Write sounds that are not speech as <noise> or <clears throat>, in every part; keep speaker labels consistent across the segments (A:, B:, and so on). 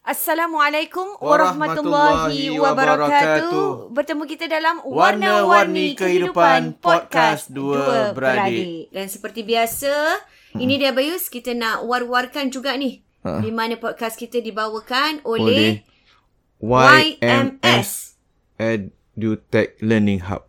A: Assalamualaikum warahmatullahi,
B: Warahmatullahi
A: wabarakatuh.
B: wabarakatuh.
A: Bertemu kita dalam
B: Warna-Warni
A: Warna-Warni Kehidupan
B: Kehidupan
A: Podcast
B: Podcast
A: Dua
B: Dua
A: Beradik. Dan seperti biasa, ini dia Bayus, kita nak war-warkan juga ni.
B: Ha.
A: Di mana podcast kita dibawakan
B: Oleh
A: oleh
B: YMS EduTech Learning Hub.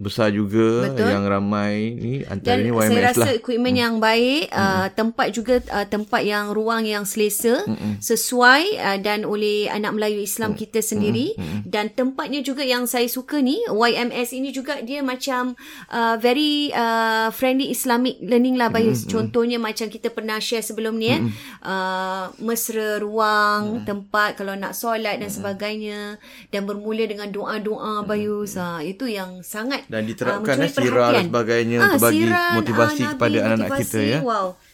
B: besar juga
A: Betul.
B: yang ramai ni
A: Dan
B: antaranya
A: saya
B: YMS
A: rasa
B: lah.
A: equipment yang baik, uh, tempat juga uh, tempat yang ruang yang selesa, sesuai uh, dan oleh anak Melayu Islam kita sendiri dan tempatnya juga yang saya suka ni YMS ini juga dia macam uh, very uh, friendly Islamic learning lah Bayus. Contohnya macam kita pernah share sebelum ni eh uh, mesra ruang, tempat kalau nak solat dan sebagainya dan bermula dengan doa-doa Bayus. Ha, itu yang sangat
B: Dan
A: ah,
B: diterapkan,
A: mencuri
B: eh, sirah dan
A: perhatian. Ah,
B: sebagainya untuk bagi motivasi
A: Nabi,
B: kepada anak-anak kita, ya.
A: ah, Wow.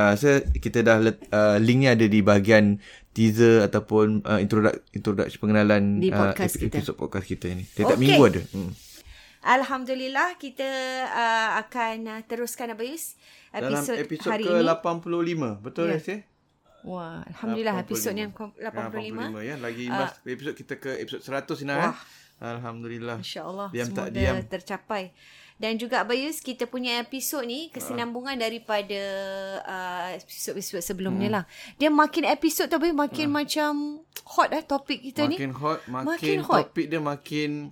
B: Uh, saya kita dah let, uh, linknya ada di bahagian teaser ataupun uh, introduction introduction pengenalan
A: Di
B: ah,
A: podcast
B: epi-
A: kita.
B: episod podcast kita ni.
A: Okey.
B: Setiap minggu ada. Hmm.
A: Alhamdulillah kita uh, akan uh, teruskan Abayus episod,
B: Dalam episod
A: hari
B: ke
A: ini.
B: 85, betul
A: Ya.
B: yeah. Rasa?
A: Wah, alhamdulillah episod yang
B: Ah,
A: kom- 85. 85.
B: ya. Lagi mas episod kita ke episod 100 ni
A: Ah. Wah.
B: eh. Alhamdulillah.
A: Insya-Allah
B: Diam
A: semoga
B: tak diam.
A: tercapai. Dan juga Bayus kita punya episod ni kesinambungan daripada uh, episod-episod sebelumnya
B: Hmm.
A: lah. Dia makin episod tu Bayus makin macam hot eh topik kita ni.
B: makin hot, makin,
A: Makin
B: makin
A: hot.
B: hot. topik dia makin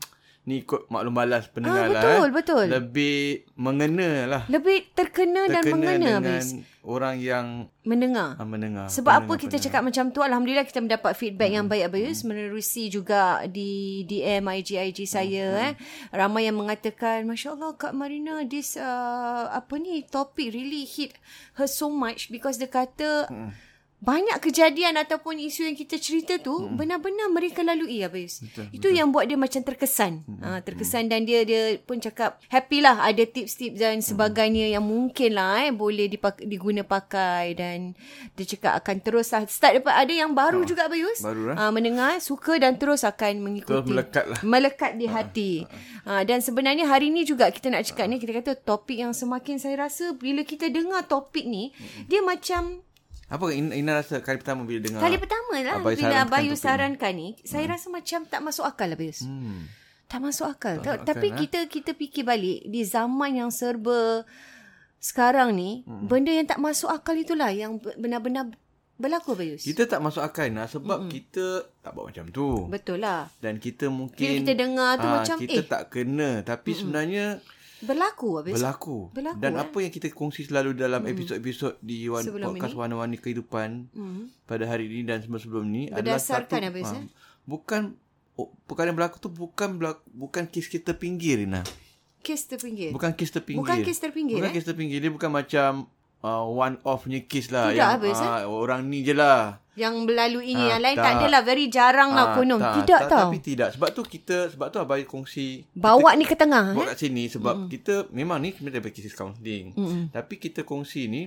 B: ni ikut maklum balas
A: Ah,
B: pendengar lah.
A: betul,
B: eh.
A: betul.
B: Lebih mengena lah.
A: Lebih terkena, dan mengena
B: dengan
A: Bayus
B: orang yang
A: mendengar.
B: ah, mendengar.
A: Sebab apa
B: Mendengar
A: kita cakap macam tu Alhamdulillah kita mendapat feedback yang baik Abayus Menerusi juga di DM IG-IG saya eh. Ramai yang mengatakan Masya Allah Kak Marina This uh, apa ni Topik really hit her so much Because dia kata Banyak kejadian ataupun isu yang kita cerita tu benar-benar mereka lalui Abayus. Betul, Itu yang buat dia macam terkesan. Ha, terkesan dan dia dia pun cakap happy lah ada tips-tips dan sebagainya yang mungkin lah eh boleh dipak- diguna pakai dan dia cakap akan terus lah. start dapat ada yang baru juga Abayus.
B: baru, eh.
A: ha, mendengar suka dan terus akan mengikuti.
B: Terus melekat lah. ah.
A: Melekat di hati. Ha, dan sebenarnya hari ni juga kita nak cakap ni kita kata topik yang semakin saya rasa bila kita dengar topik ni dia macam
B: Apa Ina, Ina rasa kali pertama bila dengar?
A: Kali pertama lah bila
B: Abai Ha. sarankan
A: Abayu
B: topik ni. Hmm.
A: sarankan ni, saya rasa macam tak masuk akal lah Abayus. Hmm. Tak masuk akal. Tak,
B: masuk
A: tapi
B: akal, eh?
A: kita kita fikir balik di zaman yang serba sekarang ni hmm. benda yang tak masuk akal itulah yang benar-benar berlaku Bayus.
B: Kita tak masuk akal lah sebab mm-hmm. kita tak buat macam tu.
A: Betul lah.
B: Dan kita mungkin
A: Bila kita dengar tu
B: ah,
A: macam,
B: kita
A: eh.
B: tak kena tapi mm-hmm. sebenarnya
A: Berlaku Bayus.
B: berlaku.
A: Berlaku,
B: Dan
A: eh.
B: apa yang kita kongsi selalu dalam episod-episod di wan,
A: Sebelum
B: podcast
A: ini.
B: warna-warni kehidupan
A: Hmm.
B: pada hari ini dan sebelum-sebelum ni
A: Berdasarkan apa,
B: adalah
A: Yus,
B: satu, ah,
A: eh?
B: bukan oh, perkara yang berlaku tu bukan berlaku, bukan kes kita pinggir Rina.
A: Kes terpinggir.
B: Bukan kes terpinggir.
A: Eh, Bukan kes terpinggir,
B: Bukan
A: eh?
B: kes terpinggir. Dia bukan macam uh, one off punya kes lah.
A: Tidak,
B: yang,
A: habis,
B: ah, Orang ni je lah.
A: Yang melalui ini
B: Ah,
A: yang lain tak,
B: tak.
A: adalah very jarang lah
B: Ah,
A: konon. Tidak tau.
B: Tapi tidak. Sebab tu kita, sebab tu Abai kongsi.
A: Bawa ni ke tengah
B: Kita,
A: eh.
B: bawa kat sini sebab mm. kita memang ni kita daripada cases counseling. Mm. Tapi kita kongsi ni,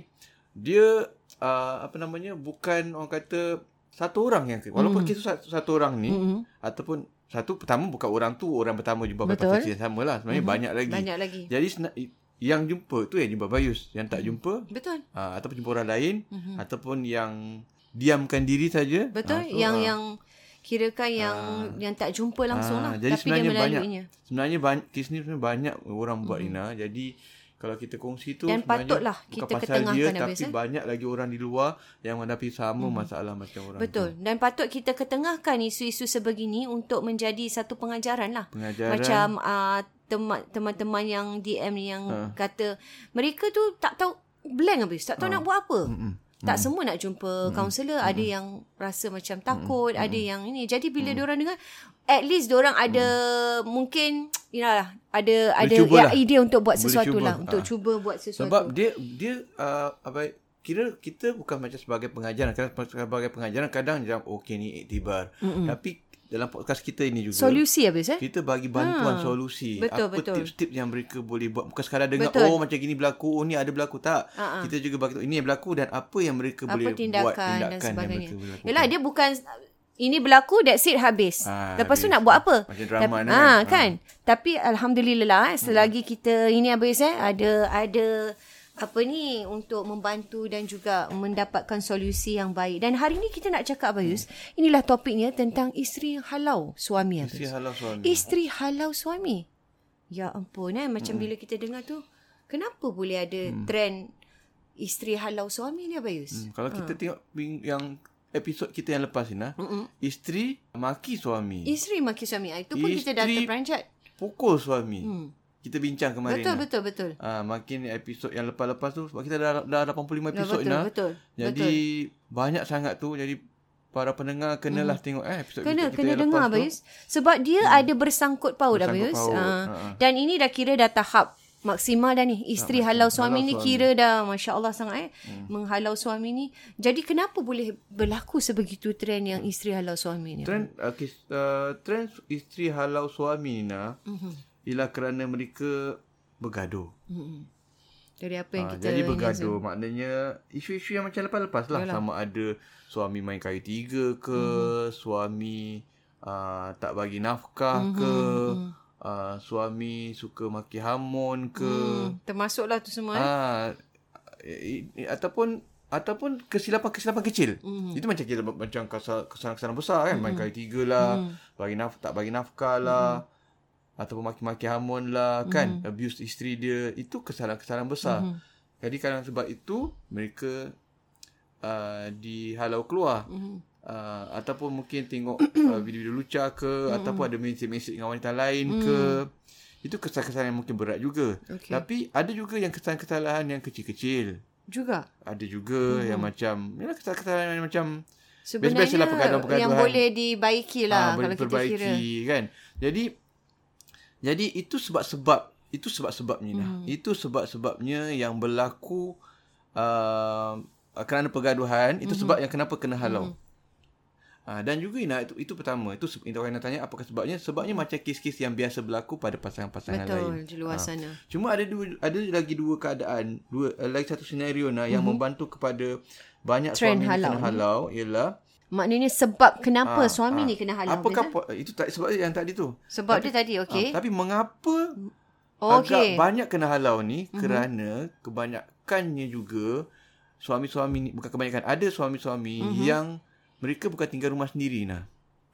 B: dia uh, apa namanya, bukan orang kata satu orang yang walaupun mm. kes tu satu, satu orang ni mm. ataupun satu pertama bukan orang tu orang pertama jumpa
A: Betul. Mm-hmm.
B: pasal kes yang sama lah sebenarnya mm. banyak lagi
A: Banyak lagi.
B: jadi sena- yang jumpa tu yang jumpa Bayus yang tak jumpa
A: Betul.
B: uh, ataupun jumpa orang lain mm-hmm. ataupun yang diamkan diri
A: Mhm.
B: saja.
A: Betul.
B: Ah, tu,
A: yang
B: ah.
A: yang kirakan yang yang tak jumpa langsung lah.
B: Ah, Jadi
A: tapi dia
B: sebenarnya banyak.
A: melaluinya.
B: Sebenarnya banyak kes ni sebenarnya banyak orang buat mm-hmm. Ina. Jadi kalau kita kongsi tu
A: Mhm. Dan
B: sebenarnya
A: patutlah
B: bukan
A: kita
B: pasal
A: ketengahkan
B: dia,
A: habis,
B: tapi
A: eh.
B: banyak lagi orang di luar yang menghadapi sama mm-hmm. masalah macam orang
A: Betul. Dan patut kita ketengahkan isu-isu sebegini untuk menjadi satu pengajaran lah.
B: Pengajaran.
A: Macam uh, tema- teman-teman yang DM ni yang ha. kata mereka tu tak tahu blank habis. Tak tahu ha. nak buat apa. Mm-mm. Tak semua nak jumpa kaunselor. Ada yang rasa macam takut. Ada yang ini. Jadi bila diorang dengar, at least diorang ada mungkin, yalah, ada ada
B: cuba
A: ya,
B: lah.
A: idea untuk buat
B: Boleh
A: sesuatu
B: cuba.
A: lah. Untuk
B: Ah.
A: cuba buat sesuatu.
B: Sebab dia dia uh, apa kira kita bukan macam sebagai pengajaran kadang sebagai pengajaran kadang macam okey ni iktibar
A: Mhm.
B: mm tapi dalam podcast kita ini juga
A: Solusi habis eh.
B: kita bagi bantuan ha, solusi
A: betul,
B: apa
A: betul.
B: tips-tips yang mereka boleh buat bukan sekadar dengar
A: Betul.
B: oh macam gini berlaku oh ni ada berlaku tak
A: Ha, ha.
B: kita juga bagi tahu ini yang berlaku dan apa yang mereka
A: apa
B: boleh
A: tindakan,
B: buat tindakan
A: dan
B: yang
A: sebagainya.
B: mereka boleh lakukan
A: Yalah dia bukan ini berlaku that's it habis.
B: Ah,
A: Lepas tu
B: habis.
A: nak buat apa?
B: Macam drama
A: Tapi-
B: kan?
A: ah,
B: Ah. Hmm.
A: kan. Tapi alhamdulillah lah eh, selagi kita ini habis eh ada ada apa ni untuk membantu dan juga mendapatkan solusi yang baik. Dan hari ni kita nak cakap Bayus, inilah topiknya tentang isteri yang halau suami
B: Hmm. isteri
A: Bayus.
B: halau suami
A: Isteri halau suami. Ya ampun eh macam
B: Hmm.
A: bila kita dengar tu kenapa boleh ada trend isteri halau suami ni Bayus?
B: Hmm, kalau
A: Ha.
B: kita tengok bing- yang episod kita yang lepas ni nah isteri maki suami
A: Isteri maki suami ah, Itu pun kita dah
B: Isteri-
A: terperanjat
B: pukul suami kita bincang kemarin
A: Hmm. Betul
B: nah.
A: betul betul
B: Ah, makin episod yang lepas-lepas tu sebab kita dah dah 85 episod
A: betul,
B: nah.
A: betul,
B: Jadi banyak sangat tu jadi para pendengar kenalah hmm. tengok eh episod
A: Kena
B: kita
A: kena
B: yang
A: dengar
B: lepas tu.
A: Abayus Sebab dia hmm. ada bersangkut paut
B: Bersangkut
A: Abayus
B: paut,
A: ha.
B: ha.
A: Dan ini dah kira dah tahap maksimal dah ni Isteri halau
B: lah
A: suami ni kira dah Masya Allah sangat eh hmm. Menghalau suami ni Jadi kenapa boleh berlaku sebegitu trend yang isteri halau suami ni
B: Hmm. Trend uh, kes- uh, trend isteri halau suami Nina mm-hmm. ialah kerana mereka bergaduh.
A: Dari apa yang
B: Ha,
A: kita
B: jadi
A: ini
B: bergaduh maknanya isu-isu yang macam lepas-lepas lah Yalah. sama ada suami main kayu tiga ke, mm-hmm. suami uh, tak bagi nafkah mm-hmm. ke, uh, suami suka maki hamun ke. Mm.
A: hmm, Termasuklah tu semua eh.
B: Ah, i- i- ataupun ataupun kesilapan-kesilapan kecil. Mm. Itu macam kita macam kesal- kesalahan-kesalahan besar kan, mm. main kali tiga lah, mm. bagi naf tak bagi nafkah lah. Ataupun maki-maki hamun lah kan Abuse isteri dia Itu kesalahan-kesalahan besar Jadi kadang sebab itu Mereka uh, Dihalau keluar uh, Ataupun mungkin tengok uh, Video-video lucah ke Ataupun ada mesej-mesej dengan wanita lain ke Itu kesalahan-kesalahan yang mungkin berat juga
A: Okey.
B: Tapi ada juga yang kesalahan-kesalahan yang kecil-kecil
A: Juga
B: Ada juga yang macam Yalah kesalahan-kesalahan yang macam
A: Sebenarnya
B: Biasa-biasalah pergaduhan-pergaduhan.
A: yang boleh dibaiki lah
B: Ah,
A: Kalau
B: boleh
A: kita kira
B: kan jadi jadi itu sebab-sebab itu sebab-sebabnya hmm. itu sebab-sebabnya yang berlaku uh, kerana pergaduhan itu
A: Hmm.
B: sebab yang kenapa kena halau Ah, dan juga Ina, itu, itu pertama itu se- itu orang nak tanya apakah sebabnya sebabnya macam kes-kes yang biasa berlaku pada pasangan-pasangan lain Ha.
A: Betul di luar sana
B: Cuma ada dua ada lagi dua keadaan, dua uh, lagi satu senario nah yang membantu kepada banyak
A: Mhm. Trend
B: suami yang
A: halau
B: kena halau ialah
A: Maknanya sebab kenapa
B: ah,
A: suami
B: ah,
A: ni kena halau
B: Apakah
A: Abis, eh?
B: po- itu tak sebab yang tadi tu.
A: Sebab dia tadi, okey.
B: Ah, tapi mengapa
A: Oh,
B: agak
A: okey. Mhm.
B: banyak kena halau ni mm-hmm. kerana kebanyakannya juga suami-suami ni bukan kebanyakan ada suami-suami
A: Mhm.
B: mm-hmm. yang mereka bukan tinggal rumah sendiri nah.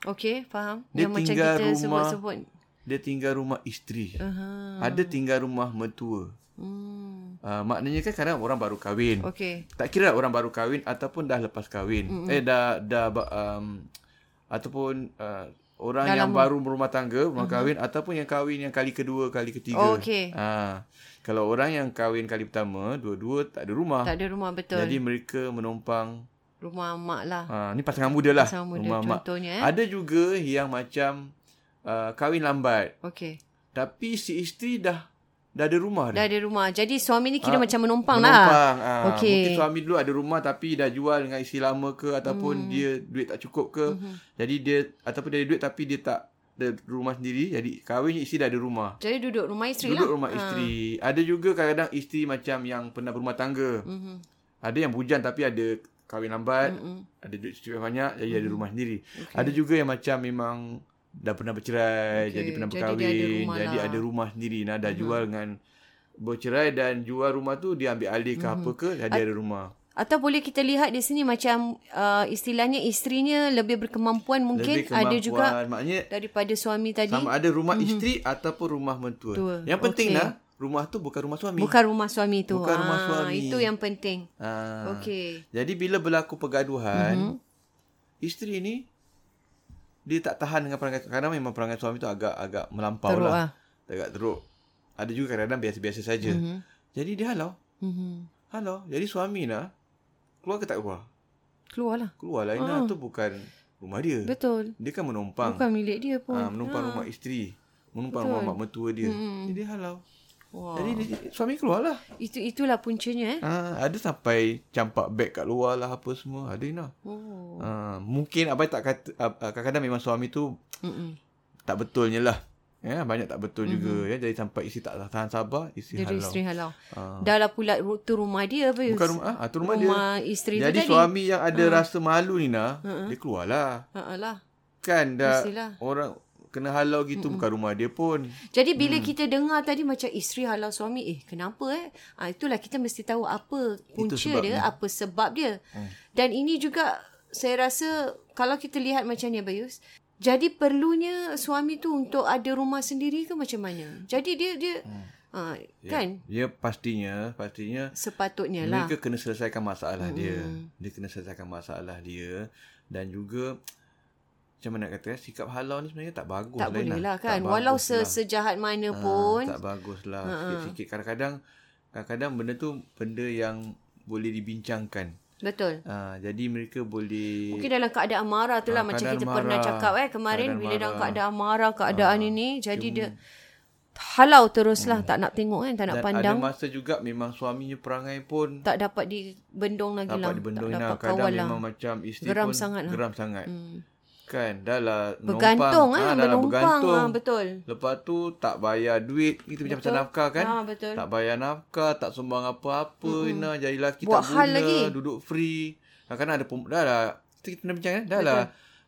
A: Okey, faham. Yang
B: Dia
A: macam
B: tinggal
A: kita
B: rumah-
A: sebut-sebut. Ah.
B: Dia tinggal rumah isteri.
A: Aha.
B: Ada tinggal rumah mertua.
A: Hmm.
B: Uh, maknanya kan kadang orang baru kahwin.
A: Okey.
B: Tak kira orang baru kahwin ataupun dah lepas kahwin. Mm-hmm. Eh dah dah ba- um, ataupun uh, orang dah yang lama. baru berumah tangga, rumah mm-hmm. kahwin ataupun yang kahwin yang kali kedua, kali ketiga.
A: Oh, okey.
B: Ah. Kalau orang yang kahwin kali pertama, dua-dua tak ada rumah.
A: Tak ada rumah betul.
B: Ah. Jadi mereka menompang
A: rumah mak lah.
B: ah ni pasangan muda lah.
A: Pasangan muda,
B: rumah mak.
A: contohnya, eh.
B: Ada juga yang macam uh, kahwin lambat.
A: Okey.
B: Tapi si isteri dah dah ada rumah
A: Dah ada rumah. Jadi suami ni kira
B: Ah,
A: macam menumpang, lah.
B: Menumpang. ah.
A: Okey.
B: Mungkin suami dulu ada rumah tapi dah jual dengan isteri lama ke ataupun hmm. dia duit tak cukup ke.
A: Mhm.
B: Hmm. Jadi dia ataupun dia ada duit tapi dia tak ada rumah sendiri. Jadi kahwin isteri dah ada rumah.
A: Jadi duduk rumah isteri lah.
B: Duduk rumah isteri. Ada juga kadang-kadang isteri macam yang pernah berumah tangga.
A: Mhm.
B: Ada yang bujan tapi ada kahwin lambat. Hmm. Ada duit cukup banyak jadi ada rumah sendiri. Ada juga yang macam memang dah pernah bercerai,
A: Okey,
B: jadi pernah
A: jadi dia ada rumah
B: berkahwin, jadi, ada rumah, jadi
A: lah.
B: ada rumah sendiri. Nah, dah jual dengan bercerai dan jual rumah tu dia ambil alih ke apa ke, jadi ada rumah.
A: Atau boleh kita lihat di sini macam uh, istilahnya isterinya lebih berkemampuan mungkin
B: Lebih kemampuan,
A: ada juga Eh? Mm-hmm.
B: maknanya
A: daripada suami tadi
B: sama ada rumah isteri ataupun rumah mentua.
A: Tua,
B: Yang penting
A: okey.
B: lah, rumah tu bukan rumah suami.
A: bukan rumah suami tu.
B: Bukan rumah
A: Ah,
B: suami.
A: Itu yang penting.
B: Ha.
A: Okey.
B: Jadi bila berlaku pergaduhan, isteri ni dia tak tahan dengan perangai kadang memang perangai suami tu agak agak melampau
A: Teruk
B: lah. Agak teruk. Ada juga kadang-kadang biasa-biasa saja. Mm-hmm. Jadi dia halau.
A: Mhm.
B: Halau. Jadi suami nak keluar ke tak keluar?
A: Keluarlah.
B: Keluar lah. Ina tu bukan rumah dia.
A: Betul.
B: Dia kan menumpang.
A: Bukan milik dia pun.
B: Ah, Mhm. menumpang rumah isteri. Menumpang rumah mak mertua dia. Jadi dia halau.
A: Wah.
B: Jadi dia, suami keluarlah.
A: Itu itulah puncanya eh.
B: Ah, ada sampai campak beg kat luar lah apa semua. Ada Ina.
A: Oh.
B: Uh, mungkin abai tak kata uh, kadang-kadang memang suami tu
A: Mm-mm.
B: tak betulnya lah. Ya, banyak tak betul mm-hmm. juga ya. Jadi sampai isteri tak tahan sabar, isteri
A: Mhm. Jadi
B: halau.
A: isteri halau.
B: Ah.
A: Dah lah pula ru- tu rumah dia apa
B: Bukan rumah, ah, tu rumah,
A: Rumah
B: dia.
A: isteri Oh, tu Ah.
B: Jadi
A: tadi.
B: suami yang ada rasa malu ni nah, dia keluarlah.
A: Ha lah.
B: Kan dah
A: Mestilah.
B: orang kena halau gitu bukan rumah dia pun.
A: Jadi bila hmm. kita dengar tadi macam isteri halau suami, eh kenapa eh? Ha, itulah kita mesti tahu apa punca
B: sebabnya.
A: dia, apa sebab dia. Hmm. Dan ini juga saya rasa kalau kita lihat macam ni Bayus, jadi perlunya suami tu untuk ada rumah sendiri ke macam mana? Jadi dia dia hmm. ha, kan
B: Ya pastinya, pastinya
A: sepatutnya lah.
B: Mereka kena selesaikan masalah hmm. dia. Dia kena selesaikan masalah dia dan juga macam mana nak kata eh, sikap halau ni sebenarnya tak bagus
A: Tak
B: lah,
A: boleh
B: Inah.
A: lah kan.
B: Tak
A: Walau
B: bagus
A: se sejahat mana pun.
B: Ah, tak bagus lah sikit-sikit kadang-kadang kadang-kadang benda tu benda yang boleh dibincangkan
A: Betul.
B: ah, jadi mereka boleh
A: Mungkin dalam keadaan marah tu lah
B: Ah,
A: macam
B: keadaan
A: kita pernah
B: marah.
A: cakap eh kemarin
B: Keadaan
A: bila dalam
B: marah. Ah,
A: keadaan marah keadaan ini jadi dia halau teruslah tak nak tengok kan tak nak
B: Hmm. dan
A: pandang
B: ada masa juga memang suaminya perangai pun
A: tak dapat dibendung lagi lah
B: dapat
A: tak
B: dibendung Inah.
A: dapat
B: kadang
A: kawal lah
B: memang macam isteri
A: Geram
B: pun
A: sangat lah.
B: geram sangat kan dah lah
A: bergantung
B: menumpang,
A: ah
B: ah, dah lah
A: menumpang
B: bergantung.
A: ah betul
B: lepas tu tak bayar duit kita macam tak nafkah kan
A: ah betul
B: Tak bayar nafkah, tak sumbang apa-apa, mm-hmm. Ina. Jadi lelaki
A: Buat
B: tak guna,
A: hal lagi.
B: duduk free. Kadang-kadang ada perempuan, dah lah. Kita, kita pernah bincang kan? Dah lah,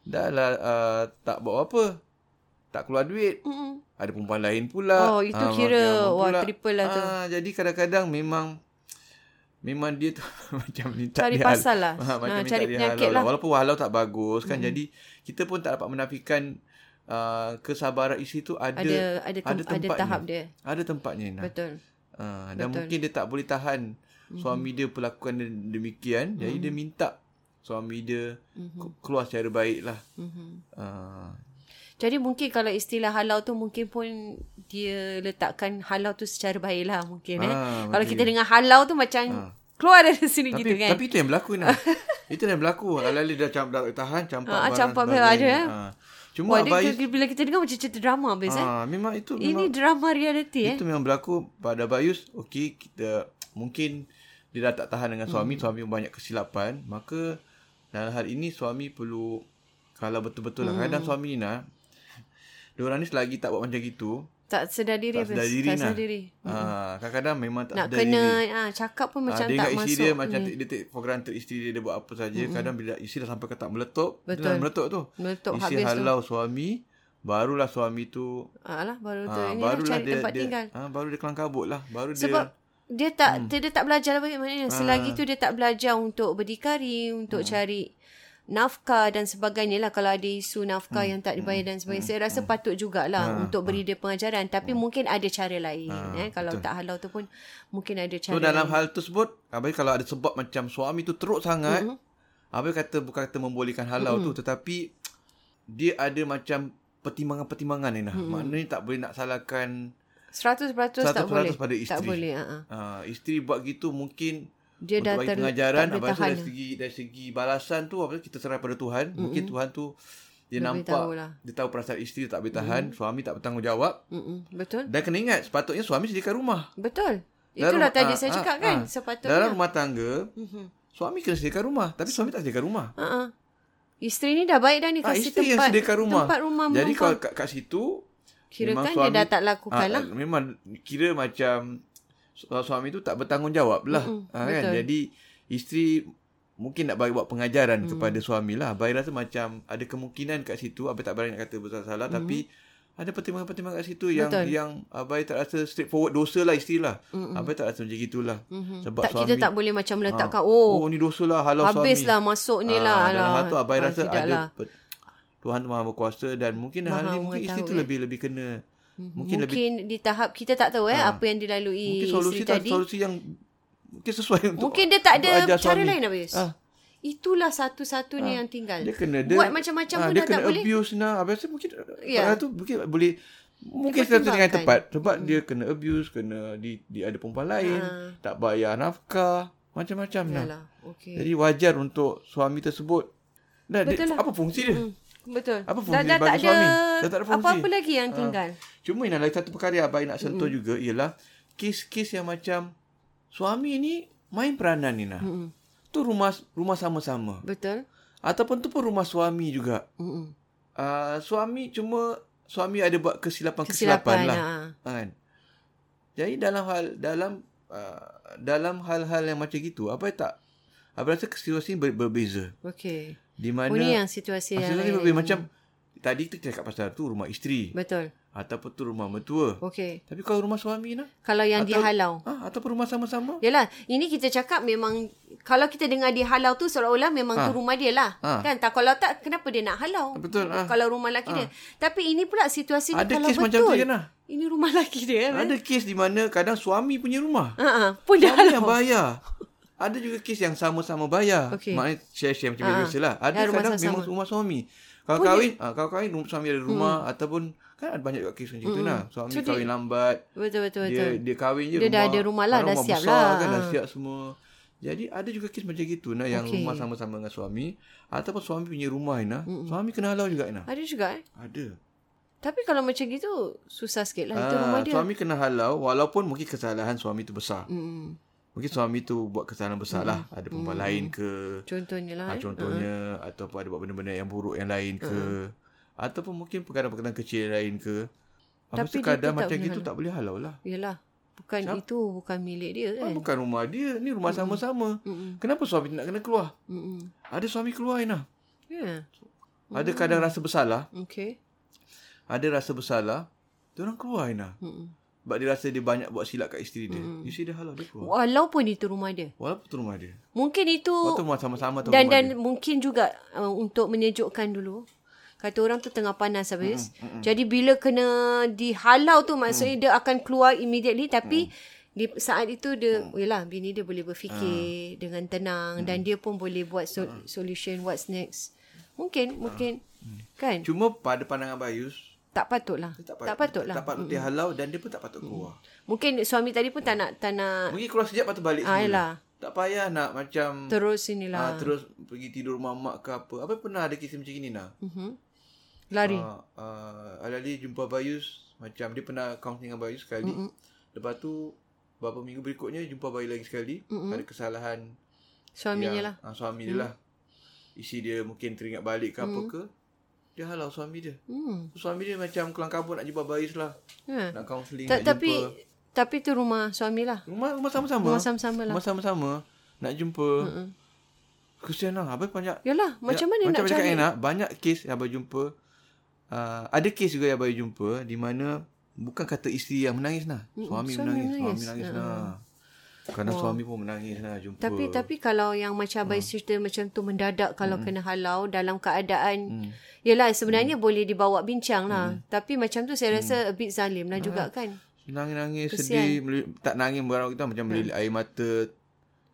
B: dah lah uh, tak buat apa. Tak keluar duit.
A: Mm-mm.
B: Ada perempuan lain pula.
A: Oh, itu
B: Ah,
A: kira.
B: makin lama
A: Wah, triple lah tu.
B: Ah, jadi kadang-kadang memang, memang dia tu <laughs> macam ni tak
A: Cari
B: dihal-
A: pasal lah.
B: <laughs> Ah, macam
A: Ah,
B: ni
A: cari
B: tak
A: penyakit
B: dihalau
A: lah.
B: Walaupun walau tak bagus kan. Jadi, kita pun tak dapat menafikan uh, kesabaran isteri tu ada
A: ada ada tem- ada,
B: tempatnya. Ah.
A: tahap dia
B: Ada tempatnya, Ina.
A: betul
B: Ha, dan mungkin dia tak boleh tahan mm-hmm.
A: Mhm.
B: suami dia perlakuan dia demikian. Mm-hmm. Jadi dia minta suami dia
A: Mhm.
B: mm-hmm. keluar secara baik lah. Mm-hmm. Ha,
A: jadi mungkin kalau istilah halau tu mungkin pun dia letakkan halau tu secara baik lah mungkin eh.
B: Ah,
A: kalau
B: mungkin.
A: kita dengar halau tu macam keluar dari sini
B: tapi,
A: gitu kan.
B: tapi itu yang berlaku
A: <laughs>
B: Inah. itu yang berlaku. Alali dah, camp, dah tahan campak
A: Ah,
B: ha, barang
A: campak barang
B: sebagainya.
A: ada, eh.
B: Ha. Cuma
A: Wah,
B: Wah, Abais,
A: dia, dia, bila kita dengar macam cerita drama habis eh.
B: ha, memang itu
A: Ini
B: memang,
A: drama reality eh.
B: itu memang berlaku pada Bayus. Okey, kita mungkin dia dah tak tahan dengan
A: Hmm.
B: suami. Mm. Suami banyak kesilapan. Maka dalam hal ini suami perlu kalau betul-betul
A: Hmm.
B: lah. Kadang suami ni nak Diorang ni selagi tak buat macam gitu
A: Tak sedar diri
B: Tak
A: habis.
B: sedar diri
A: Tak
B: nah.
A: sedar diri.
B: ah, Kadang-kadang memang tak
A: Nak
B: sedar
A: kena
B: diri
A: ah cakap pun
B: Ah,
A: macam
B: dia
A: tak
B: ingat isteri
A: masuk. Hmm.
B: dia macam ni. dia take for granted isteri dia, dia buat apa saja. Mm-hmm. Kadang bila isteri dah sampai ke tak meletup, Betul. dia dah meletup tu.
A: Meletup
B: isteri
A: habis tu.
B: halau suami, barulah suami tu
A: Ah, lah baru tu
B: ah,
A: ini lah
B: barulah
A: cari
B: dia,
A: tempat
B: dia
A: tinggal.
B: ah, baru dia kelang kabut lah. Baru
A: Sebab
B: dia Hmm. Ah.
A: dia tak
B: Hmm.
A: dia, dia tak belajar lah bagaimana. Selagi tu dia tak belajar untuk berdikari, untuk cari nafkah dan sebagainya lah kalau ada isu nafkah yang
B: Hmm.
A: tak dibayar dan sebagainya saya rasa patut jugalah
B: Ah.
A: untuk beri dia pengajaran tapi
B: Hmm.
A: mungkin ada cara lain eh kalau tak halau tu pun mungkin ada cara
B: So dalam hal tersebut Abai kalau ada sebab macam suami tu teruk sangat
A: Mhm.
B: mm-hmm. Abai kata bukan kata membolehkan halal mm-hmm. tu Tetapi dia ada macam pertimbangan-pertimbangan ni nah. Mm-hmm. Maknanya tak boleh nak salahkan
A: 100%, 100% Mhm. tak
B: 100%
A: boleh
B: pada
A: tak
B: isteri.
A: boleh uh-uh.
B: uh, Isteri buat gitu mungkin
A: Dia
B: untuk
A: dah
B: bagi
A: ter-
B: pengajaran
A: tak boleh
B: Abai rasa
A: tahan
B: dari
A: lah. Mhm.
B: segi, dari segi balasan tu Abai kita serah pada Tuhan mm-hmm. Mungkin Tuhan tu dia
A: Dia lah. Mhm.
B: nampak
A: beritahulah.
B: Dia tahu perasaan isteri tak boleh tahan mm-hmm. Suami tak bertanggungjawab
A: Mm-mm, betul
B: Dan kena ingat Sepatutnya suami sediakan rumah
A: betul
B: Dalam
A: itulah
B: rumah-
A: tadi
B: ah,
A: saya
B: ah,
A: cakap kan
B: ah.
A: sepatutnya Mm-hmm.
B: Dalam rumah tangga Suami kena sediakan rumah Tapi suami tak sediakan rumah
A: Uh-uh. Isteri ni dah baik dah ni
B: Ah,
A: kasih
B: isteri yang
A: tempat
B: sediakan rumah.
A: tempat rumah
B: Jadi
A: menumpang.
B: kalau kat, kat situ
A: Kirakan
B: memang
A: dia dah tak lakukan
B: Ah,
A: lah.
B: ah, Memang kira macam su- ah, suami tu tak bertanggungjawab lah.
A: Mm-mm,
B: Ah,
A: betul.
B: kan? Jadi isteri mungkin nak bagi buat pengajaran mm. kepada suami lah. Abang rasa macam ada kemungkinan kat situ. Abang tak berani nak kata bersalah mm. tapi ada pertimbangan-pertimbangan kat situ yang
A: Mm-hmm. Betul. Mm.
B: yang abai tak rasa straightforward dosa lah isteri lah. Mm-mm. Abai tak rasa macam gitulah. Mm-hmm. Sebab
A: tak
B: suami
A: kita tak boleh macam letakkan
B: oh,
A: oh,
B: oh ni dosa lah halau suami.
A: habislah masuk ni lah.
B: Ah, dalam
A: alah.
B: hal tu abai
A: Ah,
B: rasa
A: tidak
B: ada
A: lah.
B: pe- Tuhan Maha Berkuasa dan mungkin
A: Maha
B: hal ni mungkin isteri
A: mengetahui.
B: tu lebih lebih kena
A: Mungkin,
B: mungkin, lebih
A: di tahap kita tak tahu eh
B: Ah.
A: apa yang dilalui
B: mungkin solusi
A: isteri
B: tak
A: tadi.
B: solusi yang mungkin sesuai <laughs> untuk
A: mungkin dia tak
B: untuk
A: ada
B: ajar
A: cara lain Abayus.
B: Ah.
A: Itulah satu-satunya yang tinggal.
B: Dia kena dia
A: Buat macam-macam
B: ah,
A: pun
B: dia
A: dah
B: kena
A: tak boleh.
B: abuse nah. Abang rasa mungkin
A: Ya. Hmm.
B: yeah. tu mungkin boleh mungkin
A: Dia
B: satu dengan
A: pertimbangkan.
B: tepat sebab dia kena abuse kena di, di ada perempuan lain tak bayar nafkah macam-macam nah.
A: Ha. Yalah. Okey.
B: Jadi wajar untuk suami tersebut dan dia,
A: Betul lah.
B: apa fungsi dia?
A: Betul.
B: Apa fungsi
A: dah, dah tak
B: bagi
A: ada
B: suami? Dah tak ada fungsi. Ah.
A: apa-apa lagi yang tinggal.
B: Cuma yang lagi satu perkara yang Abang nak
A: Hmm.
B: sentuh mm. juga ialah kes-kes yang macam suami ni main peranan ni
A: Hmm.
B: nah. Mm. Tu rumah rumah sama-sama.
A: Betul.
B: Ataupun tu pun rumah suami juga.
A: Mm-mm.
B: Uh, suami cuma suami ada buat kesilapan-kesilapan
A: Kesilapan ah.
B: lah. Kan? Jadi dalam hal dalam uh, dalam hal-hal yang macam gitu apa tak Abang rasa situasi ber, berbeza.
A: Okey.
B: Di
A: Oh ni
B: mana
A: yang situasi yang
B: situasi
A: lain.
B: berbeza macam tadi kita cakap pasal tu rumah isteri
A: Betul.
B: ataupun tu rumah mertua.
A: Okey.
B: Tapi kalau rumah suami nah
A: Kalau yang
B: Atau-
A: dihalau. Ya,
B: Ah, ataupun rumah sama-sama.
A: Yalah, ini kita cakap memang kalau kita dengar dia halau tu seolah-olah memang ha. tu rumah dia lah.
B: Ah.
A: Ha. Kan tak kalau tak kenapa dia nak halau?
B: Betul, ah.
A: Kalau rumah laki ha. dia. Tapi ini pula situasi ni
B: Ada
A: kalau
B: kes
A: betul.
B: macam tu je lah.
A: Ini rumah laki dia kan.
B: Ada kes di mana kadang suami punya rumah.
A: Ha ah, pun dia
B: Suami yang
A: halau.
B: bayar. Ada juga kes yang sama-sama bayar.
A: Okey.
B: Maknanya share-share macam biasa lah.
A: Ya,
B: Ada
A: rumah
B: kadang
A: sama-sama.
B: memang rumah suami. Kalau kahwin, ah, kalau kahwin rum- suami ada rumah
A: Hmm.
B: ataupun kan ada banyak juga kes macam tu lah. Suami
A: So, dia-
B: kahwin lambat.
A: Betul betul Hmm. betul.
B: Dia dia kahwin je
A: Dia dah ada rumah lah,
B: kadang
A: dah siap
B: besar
A: lah.
B: Kan, dah
A: Ah.
B: siap semua. Jadi ada juga kes macam gitu nah yang
A: Okey.
B: rumah sama-sama dengan suami ataupun suami punya rumah Ina. Suami kena halau juga Ina.
A: Ada juga eh.
B: Ada.
A: Tapi kalau macam gitu susah sikit lah itu
B: Ah,
A: rumah dia.
B: Suami kena halau walaupun mungkin kesalahan suami tu besar.
A: Hmm.
B: Mungkin suami tu buat kesalahan besar lah.
A: Mm.
B: Ada perempuan lain ke.
A: Contohnya lah.
B: Ha,
A: eh.
B: contohnya. Ataupun ada buat benda-benda yang buruk yang lain ke.
A: Ah,
B: Ataupun mungkin perkara-perkara kecil lain ke. Tapi
A: Tapi dia
B: Masa
A: tu
B: kadang
A: tak
B: macam
A: boleh
B: gitu tak boleh halau lah.
A: Yalah. Bukan
B: Siap?
A: itu bukan milik dia
B: Ah,
A: kan.
B: bukan rumah dia. Ni rumah sama-sama.
A: Mm-mm.
B: Kenapa suami nak kena keluar?
A: Hmm.
B: Ada suami keluar Aina.
A: Ya.
B: Ada kadang rasa bersalah.
A: Okey.
B: Ada rasa bersalah. Dia orang keluar Aina.
A: Hmm.
B: Sebab dia rasa dia banyak buat silap kat isteri dia.
A: Mm.
B: Isteri dia halau dia keluar.
A: Walaupun itu rumah dia.
B: Walaupun tu rumah dia.
A: Mungkin itu
B: Waktu rumah sama-sama
A: Oh.
B: tu
A: dan
B: rumah
A: dan dia. mungkin juga uh, untuk menyejukkan dulu kata orang tu tengah panas habis mm, mm, jadi bila kena dihalau tu maksudnya mm. dia akan keluar immediately tapi mm. di saat itu dia mm. Ah. yalah bini dia boleh berfikir dengan tenang dan dia pun boleh buat so, solution what's next mungkin mungkin kan
B: Cuma pada pandangan Bayus
A: tak patutlah
B: dia
A: tak,
B: pat-
A: tak patutlah Mm.
B: Tak patut dia halau dan dia pun tak patut keluar.
A: mungkin suami tadi pun tak nak tak nak
B: Mungkin keluar sekejap patut balik
A: ah,
B: semula.
A: yalah
B: Tak payah nak macam
A: terus inilah
B: ah, terus pergi tidur rumah mak ke apa. Apa pernah ada kisah macam ni nak?
A: Mhm. lari
B: Ah, ah, Alali jumpa Bayus macam dia pernah counseling dengan Bayus sekali. Mm-mm. Lepas tu beberapa minggu berikutnya jumpa Bayus lagi sekali. Mm-mm. Ada kesalahan
A: suaminya lah
B: Ah, suami dia lah. Isi dia mungkin teringat balik ke apa ke. Dia halau suami dia.
A: hmm
B: Suami dia macam kelang kabut nak jumpa Bayus lah.
A: ya
B: Nak counselling,
A: Ta-
B: nak
A: tapi
B: jumpa.
A: tapi tu rumah suami lah.
B: Rumah rumah sama-sama.
A: Rumah sama-sama lah.
B: Rumah sama-sama. Nak jumpa. Mm-mm. Kesian lah. Abang banyak.
A: Yalah, macam mana
B: macam
A: nak
B: cakap
A: cari?
B: Enak, banyak kes yang abang jumpa. Uh, ada kes juga yang abang
A: Mm,
B: jumpa di mana bukan kata isteri yang menangis lah. Suami, suami menangis, menangis. Suami menangis lah. Kerana suami pun menangis lah
A: Ha,
B: jumpa.
A: Tapi tapi kalau yang macam
B: Hmm.
A: abang cerita macam tu mendadak kalau kena halau dalam keadaan hmm. yalah sebenarnya boleh dibawa bincang lah.
B: Hmm.
A: Tapi macam tu saya rasa a bit zalim lah juga
B: Ah.
A: kan.
B: Nangis-nangis
A: Kesian. Hmm.
B: sedih. meli- Tak nangis barang kita macam melilit air mata.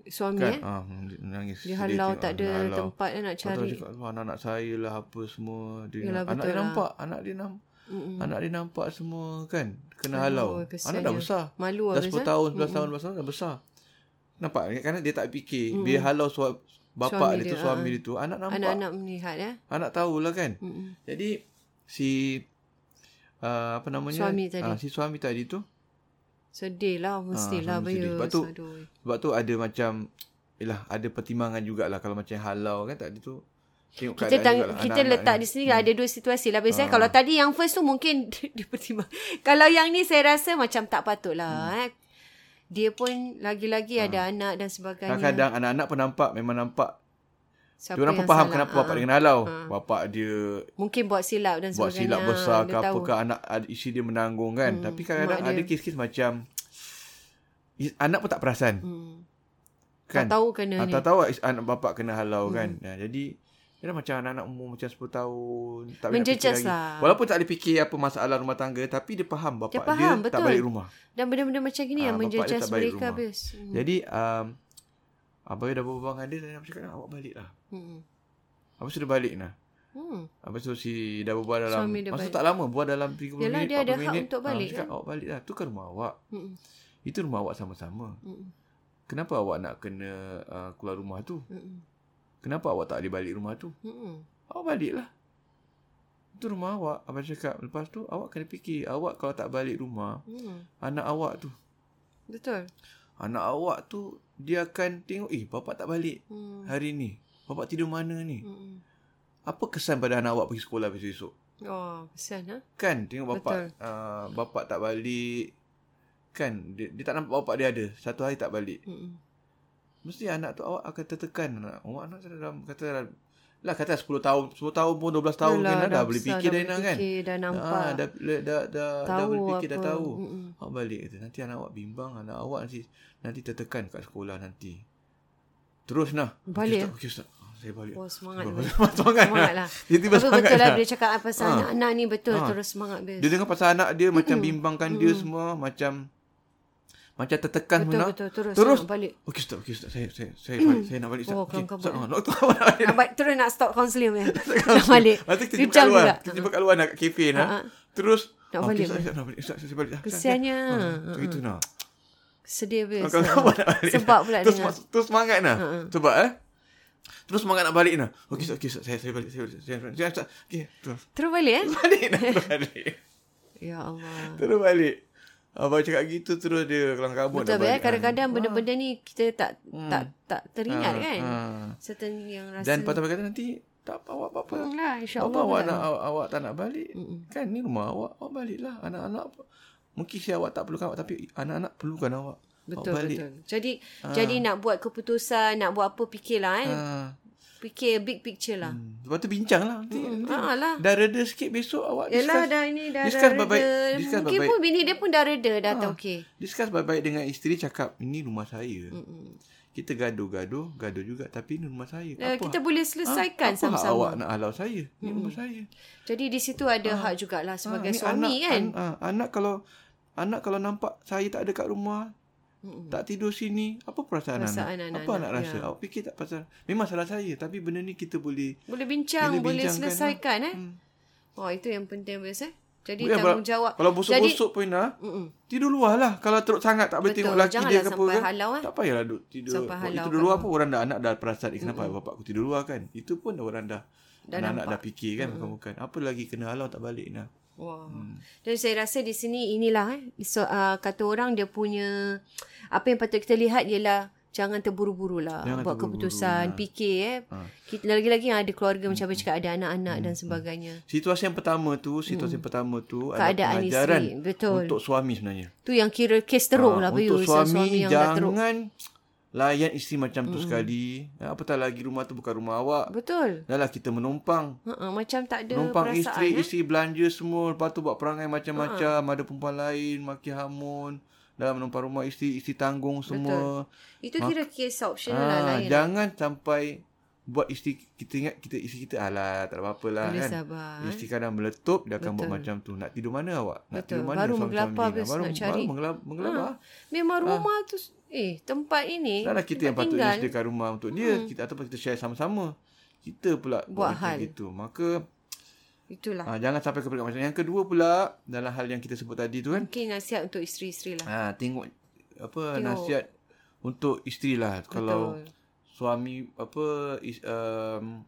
A: Suami
B: Kan?
A: eh.
B: Ah, nangis.
A: Dia
B: sedih
A: halau
B: tengok,
A: tak ada
B: ah, halau.
A: tempat eh, nak
B: Atau
A: cari.
B: cakap "Wah, anak-anak saya lah apa semua. Dia,
A: Yelah,
B: anak
A: betul
B: dia
A: lah.
B: nampak. Anak dia nampak.
A: Mm-mm.
B: Anak dia nampak semua kan. Kena halau.
A: kesiannya.
B: Anak dah besar.
A: Malu lah
B: Dah 10
A: Abang, eh?
B: tahun, 11 tahun, 12 tahun dah besar. Nampak? Kerana dia tak fikir. Bila halau suami, bapak
A: Suami
B: dia,
A: dia,
B: tu,
A: ah.
B: suami dia tu. Anak nampak.
A: Anak-anak Mm. melihat eh.
B: Anak tahulah kan.
A: Mm-mm.
B: Jadi si uh, apa namanya?
A: Suami tadi.
B: Ah, si suami tadi tu
A: Sedih lah mestilah ha,
B: Ah, suami sedih.
A: bayar.
B: Lepas tu, sebab tu ada macam Yelah ada pertimbangan jugalah kalau macam halau kan tadi tu tengok
A: kita
B: keadaan
A: tang, kita
B: jugalah, lah. anak-anak kan.
A: letak
B: ni. Ah.
A: di sini ada dua situasi lah biasanya kalau tadi yang first tu mungkin <laughs> dia pertimbang kalau yang ni saya rasa macam tak patut lah
B: Hmm.
A: eh. dia pun lagi-lagi ada anak dan sebagainya
B: Ah. Kadang-kadang anak-anak pun nampak memang nampak
A: Siapa
B: Diorang pun
A: yang
B: faham
A: salah?
B: kenapa
A: Ah,
B: bapak dia kena halau Bapak dia
A: mungkin buat silap dan
B: buat
A: sebagainya
B: silap besar ke
A: Dia
B: apa
A: tahu.
B: ke anak ad- isteri dia menanggung kan
A: Hmm,
B: tapi kadang-kadang
A: mak dia.
B: ada kes-kes macam is- anak pun tak perasan
A: hmm.
B: kan
A: tak tahu kena
B: Ah,
A: ni Hmm.
B: tak tahu is- anak bapak kena halau kan Nah, jadi kadang macam anak-anak umur macam 10 tahun tak boleh nak fikir
A: Menjejas
B: lagi.
A: lah.
B: Walaupun tak boleh fikir apa masalah rumah tangga tapi dia faham bapak
A: Dia
B: dia,
A: faham,
B: tak
A: betul.
B: balik rumah.
A: dan benda-benda macam gini yang
B: Ah, bapak dia tak
A: menjejas
B: balik
A: mereka
B: rumah.
A: habis hmm.
B: Jadi um, abang dia dah berbual dengan dia dan abang cakap awak balik lah.
A: Hmm.
B: Abang sudah balik lah.
A: Hmm.
B: Abang tu si dah berbual dalam
A: Suami dia
B: masa
A: balik.
B: tak lama buat dalam 30
A: Yelah,
B: minit.
A: dia ada
B: 40
A: hak
B: minit.
A: untuk
B: Ah,
A: balik,
B: cakap
A: kan?
B: awak balik lah. Tu kan rumah awak.
A: Hmm.
B: Itu rumah awak sama-sama.
A: Hmm.
B: Kenapa awak nak kena uh, keluar rumah tu?
A: Hmm.
B: Kenapa awak tak boleh balik rumah tu?
A: Hmm.
B: Awak baliklah. Itu rumah awak. Abang cakap. Lepas tu awak kena fikir. Awak kalau tak balik rumah.
A: Hmm.
B: Anak awak tu.
A: betul
B: Anak awak tu. Dia akan tengok. Eh bapak tak balik
A: hmm.
B: hari ni. Bapak tidur mana ni?
A: Hmm.
B: Apa kesan pada anak awak pergi sekolah besok-esok?
A: oh pesan ha?
B: Kan tengok bapak. Uh, bapak tak balik. Kan dia, dia tak nampak bapak dia ada. Satu hari tak balik.
A: Hmm.
B: Mesti anak tu awak akan tertekan anak. Awak anak tu dalam kata dalam lah kata 10 tahun 10 tahun pun 12
A: Yalah,
B: tahun Yalah, kan, dah, dah boleh
A: besar,
B: fikir dah, dah kan
A: fikir, dah nampak Mm.
B: Ah, dah, dah, dah, dah, dah boleh fikir dah tahu.
A: Mm-mm.
B: Awak balik kata nanti anak awak bimbang, anak awak nanti nanti tertekan kat sekolah nanti. Terus nah.
A: Balik, lah.
B: Okey ustaz. Okay, ustaz. Saya balik.
A: Oh semangat
B: <laughs> Wah,
A: weh.
B: semangat.
A: Semangat lah
B: Dia tiba
A: Tapi
B: semangat
A: betul lah
B: dah.
A: Bila cakap pasal
B: Ha.
A: anak-anak ni Betul
B: Ha.
A: terus semangat bes.
B: Dia dengar pasal anak dia macam bimbangkan dia semua, macam macam tertekan
A: Betul
B: semua.
A: betul terus,
B: Terus.
A: nak
B: <laughs>
A: balik
B: Okey ustaz, okey ustaz. Saya saya saya
A: <clears throat>
B: balik. Saya nak balik ustaz.
A: Oh,
B: Okey,
A: kawan-kawan.
B: ustaz, ah, nak tahu nak balik.
A: nak balik, Terus nak stop counselling
B: <laughs>
A: weh. Nak balik
B: Lepas tu kita
A: Kejam
B: jumpa kat luar.
A: juga.
B: Kita jumpa kat luar nak kat kafe nak.
A: Ha, ha.
B: Terus
A: Nak
B: "Ah,
A: balik,
B: Ustaz, Ustaz, nak balik. Ustaz, saya balik. Ah, Ustaz,
A: Kesiannya.
B: saya- ah, tu Itu nak.
A: Sedih bes.
B: Kalau kau nak balik.
A: Sebab pula
B: terus,
A: dengar Ha,
B: mas- terus semangat nah. Sebab eh. Terus semangat nak balik nah. Okey, Ustaz, okey, Ustaz, saya saya balik, saya balik. Saya balik. Saya Ustaz. Okey, terus <laughs>
A: Terus balik eh
B: balik nah. Terus balik.
A: Ya Allah
B: Terus balik. Abang cakap gitu terus dia kelang kabut
A: Betul beh
B: Ah.
A: kadang-kadang benda-benda ni kita tak
B: Hmm.
A: tak tak teringat kan.
B: ha.
A: Certain yang rasa
B: Dan patah kata nanti tak apa awak apa-apa.
A: Hmm lah
B: Apa
A: insya-Allah.
B: awak
A: pula.
B: nak awak, awak tak nak balik? Mm-mm. Kan ni rumah awak. Awak baliklah anak-anak. apa- Mungkin si awak tak perlukan awak tapi anak-anak perlukan awak.
A: Betul
B: awak balik. Ah.
A: betul. Jadi jadi nak buat keputusan, nak buat apa fikirlah eh.
B: Ha.
A: Fikir big picture lah.
B: Hmm. Lepas tu bincang lah nanti. nanti.
A: Ha lah.
B: Dah reda sikit besok awak
A: Yelah
B: discuss.
A: dah ini dah
B: discuss
A: dah
B: baik-baik.
A: reda.
B: Discuss Ah.
A: Mungkin
B: baik-baik.
A: pun bini dia pun dah reda dah ha. tak okey.
B: Discuss baik-baik dengan isteri cakap ini rumah saya.
A: Mm.
B: Mm-mm. Kita gaduh-gaduh, gaduh juga tapi ini rumah saya. Ah,
A: Eh, kita boleh selesaikan
B: apa lah? hak
A: sama-sama.
B: awak nak halau saya? Ini rumah saya.
A: Jadi di situ ada ha. hak jugalah sebagai
B: Ah. ni
A: suami
B: anak,
A: kan.
B: An, ah, anak kalau anak kalau nampak saya tak ada kat rumah,
A: Mm-mm.
B: tak tidur sini, apa perasaan,
A: Perasaan ya.
B: anak?
A: anak-
B: Apa anak
A: anak,
B: rasa? Awak fikir tak pasal? Memang salah saya, tapi benda ni kita boleh
A: Boleh bincang,
B: Boleh
A: boleh,
B: bincangkan lah.
A: selesaikan eh.
B: Hmm.
A: Oh itu yang penting biasa. Jadi
B: Boleh,
A: tanggungjawab.
B: Kalau busuk-busuk pun nak,
A: Mm-mm.
B: tidur luar lah. Kalau teruk sangat tak boleh
A: Betul,
B: tengok laki dia
A: janganlah
B: ke apa
A: sampai
B: kan.
A: halau, eh.
B: Tak payahlah duk tidur.
A: Sampai
B: Waktu
A: halau kan.
B: tidur
A: kat
B: luar pun orang dah anak dah perasan, eh, kenapa bapak aku tidur luar kan? Itu pun orang dah
A: Dah
B: anak-anak
A: nampak.
B: dah fikir kan bukan-bukan. Apa lagi kena halau tak balik nak.
A: Wah.
B: Hmm.
A: Dan saya rasa di sini inilah eh so, uh, kata orang dia punya apa yang patut kita lihat ialah jangan terburu-buru lah
B: Jangan
A: buat
B: terburu-buru,
A: keputusan,
B: ha.
A: fikir eh.
B: Ha. Hmm.
A: Kita lagi-lagi yang ada keluarga macam macam cakap ada anak-anak dan sebagainya.
B: Situasi yang pertama tu, situasi yang pertama tu
A: Mm. Keadaan
B: adalah pengajaran
A: isteri, betul.
B: untuk suami sebenarnya.
A: Tu yang kira kes teruk lah
B: Ah,
A: Bayu,
B: Untuk suami,
A: suami yang dah teruk. Hmm.
B: jangan layan isteri macam tu sekali. Ah, Apatah lagi rumah tu bukan rumah awak.
A: Betul.
B: Dah lah kita menumpang.
A: Ha, ha, macam tak ada
B: Menumpang
A: perasaan. eh? Ha.
B: isteri, isteri belanja semua. Lepas tu buat perangai macam-macam. Ada perempuan lain, maki hamun. dalam menumpang rumah isteri isteri tanggung semua.
A: Itu kira case option lah
B: Ha? Ah,
A: lain.
B: jangan sampai buat isteri kita ingat kita isteri kita alah tak ada apa-apa lah
A: Boleh
B: kan.
A: sabar, eh.
B: Isteri kadang meletup dia akan buat macam tu. Nak tidur mana awak? Nak
A: Betul.
B: tidur
A: Baru
B: mana? suami-suami
A: menggelapar
B: ni?
A: habis
B: baru,
A: nak cari.
B: Baru menggelap, menggelapar.
A: Ha. Memang rumah tu eh tempat ini
B: Taklah Ah. lah kita yang
A: tempat
B: patutnya
A: tinggal. Hmm.
B: sediakan rumah untuk dia. Kita ataupun kita share sama-sama. Kita pula
A: Buat
B: macam
A: hal.
B: Gitu. Maka
A: Itulah.
B: ah, jangan sampai ke peringkat macam Yang kedua pula dalam hal yang kita sebut tadi tu kan.
A: Mungkin nasihat untuk isteri-isteri lah.
B: Ah, tengok apa nasihat untuk isteri lah. Kalau suami apa is, um,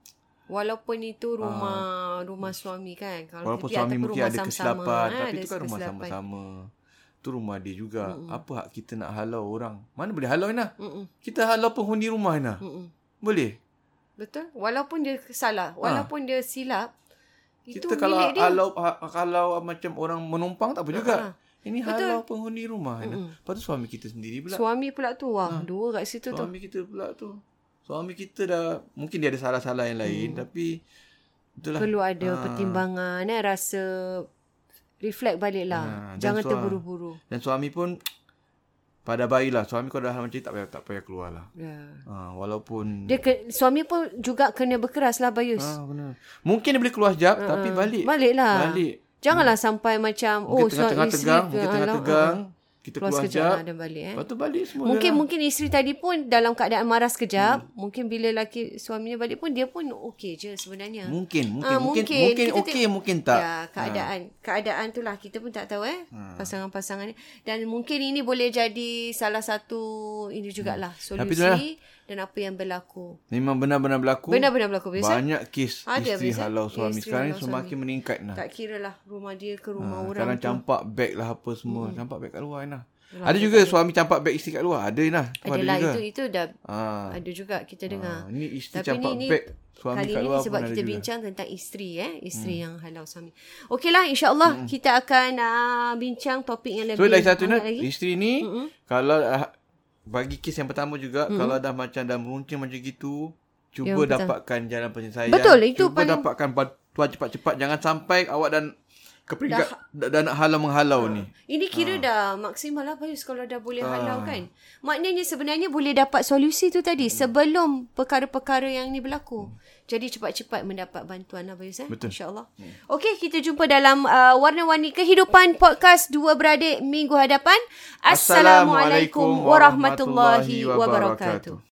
A: Walaupun itu rumah rumah suami kan. Kalau
B: Ah. walaupun
A: dia
B: suami
A: ataupun
B: mungkin
A: rumah
B: ada
A: sama-sama,
B: kesilapan
A: ah,
B: tapi
A: ada
B: itu kan rumah
A: kesilapan. Hmm.
B: sama-sama. Tu rumah dia juga. Apa hak kita nak halau orang? Mana boleh halau Ina? Kita halau penghuni rumah Ina.
A: Mm-mm.
B: Boleh?
A: Betul? Walaupun dia salah, walaupun dia silap, itu
B: Ah. kita kalau
A: milik dia. Ha. Ah,
B: halau ha- kalau macam orang menumpang tak apa juga. Ini
A: Betul.
B: halau penghuni rumah. Mm-hmm. Lepas tu suami kita sendiri pula. Ah.
A: Suami pula tu wah, dua kat situ tu.
B: Suami kita pula tu. Suami kita dah mungkin dia ada salah-salah yang
A: Mm.
B: lain hmm. tapi lah. itulah.
A: Perlu ada
B: Ah.
A: pertimbangan eh rasa reflect
B: Ah,
A: baliklah.
B: dan
A: Jangan
B: suami.
A: terburu-buru.
B: Dan suami pun pada bayilah suami kau dah hal macam ni, tak payah tak payah keluar lah.
A: Ya.
B: Ha, walaupun
A: Dia ke, suami pun juga kena berkeras lah Bayus.
B: ha, benar. Mungkin dia boleh keluar sekejap uh, tapi balik.
A: Baliklah.
B: Balik.
A: Janganlah sampai macam
B: Mungkin
A: lah. oh suami
B: tengah-tengah
A: isteri
B: tegang,
A: ke-
B: mungkin tengah
A: alah,
B: tegang. Kita
A: keluar
B: keluar
A: sekejap
B: sekejap.
A: lah, dan balik eh.
B: Lepas tu balik semula.
A: Mungkin mungkin isteri tadi pun dalam keadaan marah sekejap, hmm. mungkin bila lelaki suaminya balik pun dia pun okey je sebenarnya.
B: Mungkin, mungkin,
A: Ah,
B: mungkin,
A: mungkin.
B: mungkin,
A: Kita
B: okey,
A: tengok-
B: mungkin Hmm, tak. Hmm.
A: Ya, keadaan. Ha. Keadaan tu lah kita pun tak tahu eh. Ha. Pasangan-pasangan ni. Dan mungkin ini boleh jadi salah satu ini jugalah
B: Hmm. Tapi lah.
A: solusi
B: itulah.
A: dan apa yang berlaku.
B: Memang benar-benar berlaku.
A: Benar-benar berlaku biasa.
B: Banyak kes
A: Ada,
B: isteri
A: Fiz, eh?
B: halau
A: Ya,
B: suami.
A: isteri
B: Sekarang ni
A: halau
B: semakin meningkat nah.
A: Tak kira lah rumah dia ke rumah ha, orang.
B: Sekarang campak beg lah apa semua. Hmm. Campak beg kat luar nah. Ada juga suami campak beg isteri kat luar. Ada nah. Tu ada
A: Adalah
B: juga.
A: lah, itu itu dah
B: Ah.
A: ada juga kita dengar.
B: Ini isteri
A: Tapi
B: campak
A: ni- ni
B: beg suami
A: Kali
B: kat
A: ini
B: luar
A: sebab
B: pun ada
A: kita
B: juga.
A: bincang tentang isteri eh, isteri hmm. yang halau suami. Okeylah insya-Allah hmm. kita akan uh, bincang topik yang
B: So
A: lebih
B: lagi satu
A: hangat
B: nak isteri ni mm-hmm. kalau ah, bagi kes yang pertama juga mm-hmm. kalau dah macam dah meruncing macam gitu cuba
A: Yang pertama.
B: dapatkan jalan penyelesaian.
A: Ya, Betul, itu
B: cuba
A: paling-
B: dapatkan bantuan cepat-cepat jangan sampai awak dan ke peringkat
A: ha-
B: dah, dah nak halau menghalau ni.
A: Ini
B: Ah.
A: kira ha. dah maksimal lah Bayus kalau dah boleh ha. halau kan. Maknanya sebenarnya boleh dapat solusi tu tadi
B: Hmm.
A: sebelum perkara-perkara yang ni berlaku. Jadi cepat-cepat mendapat bantuan lah Bayus eh.
B: Betul.
A: InsyaAllah. Hmm. Okey kita jumpa dalam uh, Warna-Warni Kehidupan Podcast Dua Beradik minggu hadapan. Assalamualaikum warahmatullahi wabarakatuh.